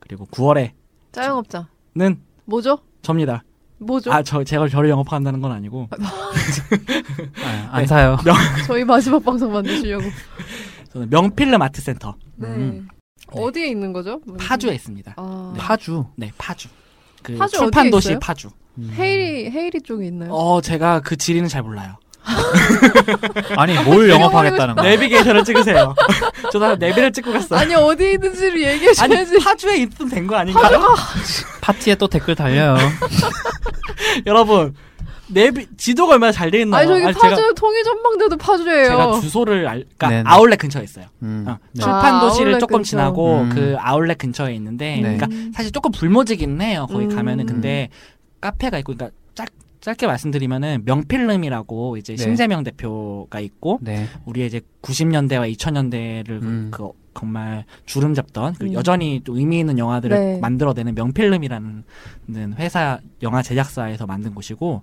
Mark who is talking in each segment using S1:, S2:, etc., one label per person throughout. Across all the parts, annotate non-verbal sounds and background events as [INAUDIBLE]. S1: 그리고 9월에는
S2: 자영업자. 뭐죠?
S1: 접니다.
S2: 뭐죠?
S1: 아, 저, 제가 저를 영업한다는 건 아니고.
S2: 네.
S3: 아,
S1: [LAUGHS]
S3: 안 사요.
S2: 저희 마지막 방송 만드시려고.
S1: 저는 명필름 아트센터.
S2: 네.
S3: 음.
S2: 어디에 있는 거죠?
S1: 파주에 있습니다.
S2: 아.
S3: 파주.
S1: 네, 파주. 그
S2: 파주 어디에
S1: 출판도시
S2: 있어요? 네.
S1: 파주.
S2: 헤이리 헤이리 쪽에 있나요?
S1: 어, 제가 그 지리는 잘 몰라요.
S3: 아니
S1: 그
S3: 뭘 영업하겠다는 거야?
S1: 내비게이션을 찍으세요. [LAUGHS] 저도 한 내비를 찍고 갔어요.
S2: 아니 어디 있는지를 얘기해
S1: 아니,
S2: 줘야지.
S1: 파주에 있으면 된 거 아닌가?
S3: 파티에 또 댓글 달려요.
S1: [LAUGHS] 여러분, 내비, 지도가 얼마나 잘 돼 있나요?
S2: 아니 저기
S1: 아니,
S2: 파주
S1: 제가,
S2: 통일전망대도 파주예요.
S1: 제가 주소를 알, 그러니까
S3: 네네.
S1: 아울렛 근처에 있어요.
S3: 음.
S1: 어,
S2: 아,
S3: 네.
S1: 출판도시를
S2: 아울렛
S1: 조금
S2: 근처.
S1: 지나고
S3: 음.
S1: 그 아울렛 근처에 있는데,
S3: 네.
S1: 그러니까 사실 조금 불모지긴 해요. 거기
S2: 음.
S1: 가면은 근데 카페가 있고, 그러니까 짧, 짧게 말씀드리면은 명필름이라고 이제
S3: 네.
S1: 심재명 대표가 있고
S3: 네.
S1: 우리의 이제 90년대와 2000년대를
S3: 음.
S1: 그 정말 주름 잡던 그리고
S2: 음.
S1: 여전히 또 의미 있는 영화들을
S2: 네.
S1: 만들어내는 명필름이라는 회사 영화 제작사에서 만든 곳이고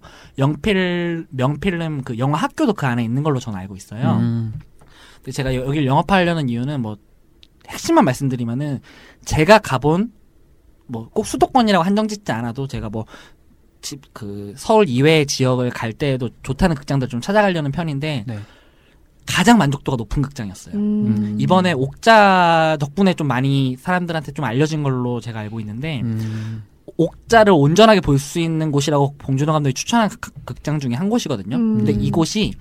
S1: 영필 명필름 그 영화 학교도 그 안에 있는 걸로 저는 알고 있어요.
S3: 음.
S1: 근데 제가 여- 여기를 영업하려는 이유는 뭐 핵심만 말씀드리면은 제가 가본 뭐 꼭 수도권이라고 한정 짓지 않아도 제가 뭐 집 그 서울 이외의 지역을 갈 때에도 좋다는 극장들 좀 찾아가려는 편인데
S3: 네.
S1: 가장 만족도가 높은 극장이었어요.
S2: 음.
S3: 음.
S1: 이번에 옥자 덕분에 좀 많이 사람들한테 좀 알려진 걸로 제가 알고 있는데
S3: 음.
S1: 옥자를 온전하게 볼 수 있는 곳이라고 봉준호 감독이 추천한 극- 극장 중에 한 곳이거든요.
S2: 음.
S1: 근데 이곳이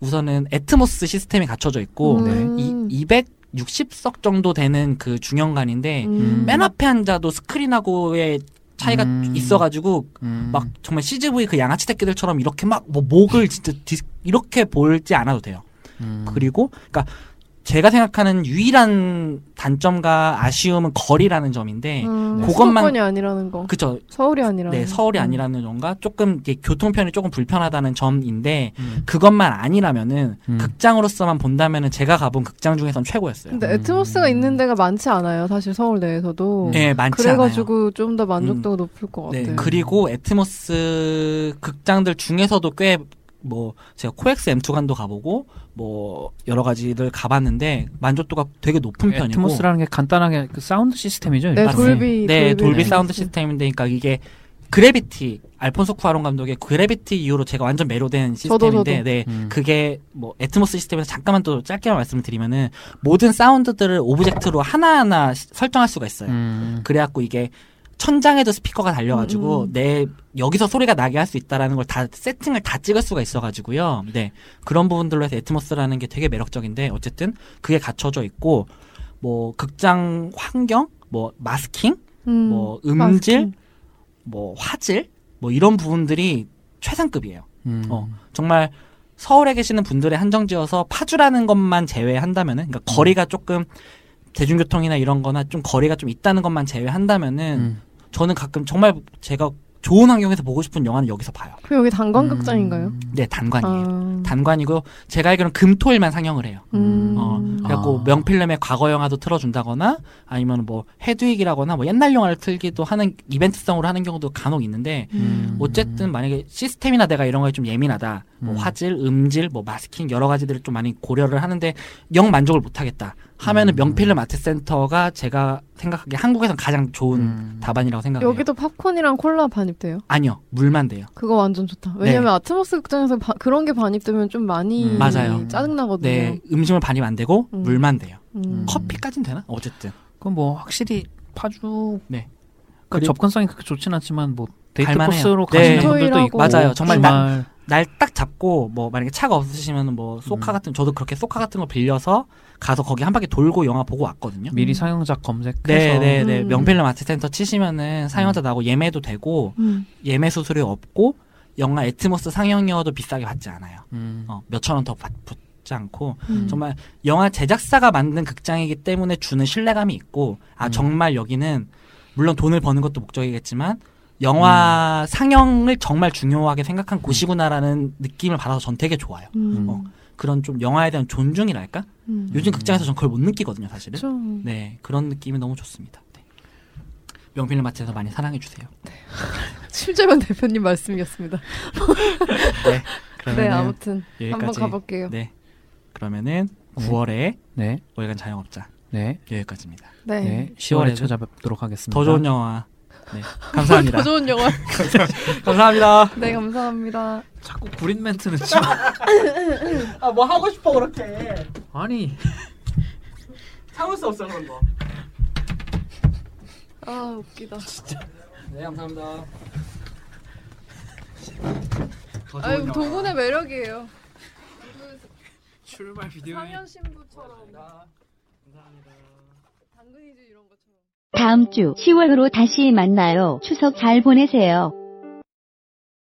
S1: 우선은 애트모스 시스템이 갖춰져 있고 네,
S2: 음.
S1: 이 260석 정도 되는 그 중형관인데
S2: 음.
S1: 맨 앞에 앉아도 스크린하고의 차이가
S3: 음.
S1: 있어가지고
S3: 음.
S1: 막 정말 CGV 그 양아치 새끼들처럼 이렇게 막 뭐
S2: 음.
S1: 목을 진짜 디- 이렇게 볼지 않아도 돼요.
S3: 음.
S1: 그리고 그러니까 제가 생각하는 유일한 단점과 아쉬움은 거리라는 점인데
S2: 음.
S1: 그것만-
S2: 수도권이 아니라는 거.
S1: 그쵸
S2: 서울이 아니라는.
S1: 네 서울이
S2: 음.
S1: 아니라는 점과 조금 이게 교통편이 조금 불편하다는 점인데
S3: 음.
S1: 그것만 아니라면은
S3: 음.
S1: 극장으로서만 본다면은 제가 가본 극장 중에선 최고였어요.
S2: 근데 애트모스가
S3: 음.
S2: 있는 데가 많지 않아요. 사실 서울 내에서도.
S1: 예, 많지 않아요.
S2: 그래가지고 좀 더 만족도가 높을 것 같아요.
S1: 네, 그리고 애트모스 극장들 중에서도 꽤 뭐 제가 코엑스 M2관도 가보고 뭐 여러 가지를 가봤는데 만족도가 되게 높은 음. 편이고
S3: 애트모스라는 네, 게 간단하게 그 사운드 시스템이죠.
S2: 네,
S3: 일단은.
S2: 돌비.
S1: 네, 돌비
S2: 시스템.
S1: 사운드 시스템인데, 그러니까 이게 그래비티 알폰소 쿠아론 감독의 그래비티 이후로 제가 완전 매료된
S2: 저도,
S1: 시스템인데,
S2: 저도.
S1: 네,
S3: 음.
S1: 그게 뭐 애트모스 시스템에서 잠깐만 또 짧게만 말씀을 드리면은 모든 사운드들을 오브젝트로 하나하나 시- 설정할 수가 있어요.
S3: 음.
S1: 그래갖고 이게 천장에도 스피커가 달려가지고
S2: 음, 음.
S1: 내 여기서 소리가 나게 할 수 있다라는 걸 다 세팅을 다 찍을 수가 있어가지고요. 네 그런 부분들로 해서 애트모스라는 게 되게 매력적인데 어쨌든 그게 갖춰져 있고 뭐 극장 환경, 뭐 마스킹,
S2: 음.
S1: 뭐 음질,
S2: 마스킹.
S1: 뭐 화질, 뭐 이런 부분들이 최상급이에요.
S3: 음.
S1: 어. 정말 서울에 계시는 분들의 한정지어서 파주라는 것만 제외한다면은 그러니까
S3: 음.
S1: 거리가 조금 대중교통이나 이런거나 좀 거리가 좀 있다는 것만 제외한다면은
S3: 음.
S1: 저는 가끔 정말 제가 좋은 환경에서 보고 싶은 영화는 여기서 봐요.
S2: 그럼 여기 단광극장인가요?
S3: 음.
S1: 네, 단관이에요.
S2: 아.
S1: 단관이고 제가 알기로는 금토일만 상영을 해요.
S2: 음.
S1: 어, 그래갖고
S3: 아.
S1: 명필름의 과거 영화도 틀어준다거나 아니면 뭐 헤드윅이라거나 뭐 옛날 영화를 틀기도 하는 이벤트성으로 하는 경우도 간혹 있는데
S2: 음.
S1: 어쨌든 만약에 시스템이나 내가 이런 거에 좀 예민하다 뭐
S3: 음.
S1: 화질 음질 뭐 마스킹 여러 가지들을 좀 많이 고려를 하는데 영 만족을 못하겠다 하면은
S3: 음.
S1: 명필름 아트센터가 제가 생각하기에 한국에선 가장 좋은
S3: 음.
S1: 답안이라고 생각해요
S2: 여기도 팝콘이랑 콜라 반입돼요.
S1: 아니요 물만 돼요
S2: 그거 완전 좋다. 왜냐면 아트모스 극장에서 바- 그런 게 반입되면 좀 많이
S3: 음.
S1: 네. 맞아요.
S2: 짜증 나거든요.
S1: 네 음식물 반입 안 되고
S2: 음.
S1: 물만 돼요
S2: 음.
S1: 커피까진 되나 어쨌든
S3: 그럼 뭐 확실히 파주
S1: 네.
S3: 그
S1: 그리고-
S3: 접근성이 그렇게 좋진 않지만 뭐 데이트
S1: 갈만해요.
S3: 코스로
S1: 네.
S3: 가시는 분들도 있고
S1: 맞아요. 정말
S3: 주말
S1: 날 딱 잡고 뭐 만약에 차가 없으시면 뭐 소카
S3: 음.
S1: 같은 저도 그렇게 소카 같은 거 빌려서 가서 거기 한 바퀴 돌고 영화 보고 왔거든요.
S3: 미리 상영작 검색해서 음.
S1: 네네네
S2: 음.
S1: 명필름 아트센터 치시면은 상영자 나고 예매도 되고
S2: 음.
S1: 예매 수수료 없고 영화 애트모스 상영료도 비싸게 받지 않아요.
S3: 음.
S1: 어, 몇천 원 더 받지 않고
S2: 음.
S1: 정말 영화 제작사가 만든 극장이기 때문에 주는 신뢰감이 있고 아
S3: 음.
S1: 정말 여기는 물론 돈을 버는 것도 목적이겠지만 영화 상영을 정말 중요하게 생각한 곳이구나라는 느낌을 받아서 전 되게 좋아요.
S2: 음.
S1: 어. 그런 좀 영화에 대한 존중이랄까?
S2: 음.
S1: 요즘 극장에서 전 그걸 못 느끼거든요, 사실은.
S2: 좀
S1: 네, 그런 느낌이 너무 좋습니다. 네. 명필름 마트에서 많이 사랑해 주세요.
S2: 심재만 대표님 말씀이었습니다. 네, 아무튼
S1: 여기까지.
S2: 한번 가볼게요.
S1: 네. 그러면은
S3: 네.
S1: 9월에
S3: 네.
S1: 월간 자영업자
S3: 네.
S1: 여기까지입니다.
S3: 네.
S2: 네.
S3: 10월에
S1: 네.
S3: 찾아뵙도록 하겠습니다.
S1: 더 좋은 영화.
S2: [LAUGHS]
S1: 네, 감사합니다.
S2: 더 좋은 영화.
S1: 감사합니다.
S2: 네, 감사합니다.
S3: 자꾸
S1: [LAUGHS]
S3: 구린 멘트는 치마.
S1: 아, 뭐 하고 싶어, 그렇게.
S3: 아니.
S1: 참을 수 없어, 그런 거.
S2: 아, 웃기다.
S1: 네, 감사합니다. 더 좋은
S2: 아유,
S1: 영화.
S2: 도군의 매력이에요.
S3: 출발 비디오.
S2: 사면 신부처럼
S1: 감사합니다.
S2: 당근이즈 이런 것처럼.
S4: 다음 주 10월으로 다시 만나요. 추석 잘 보내세요.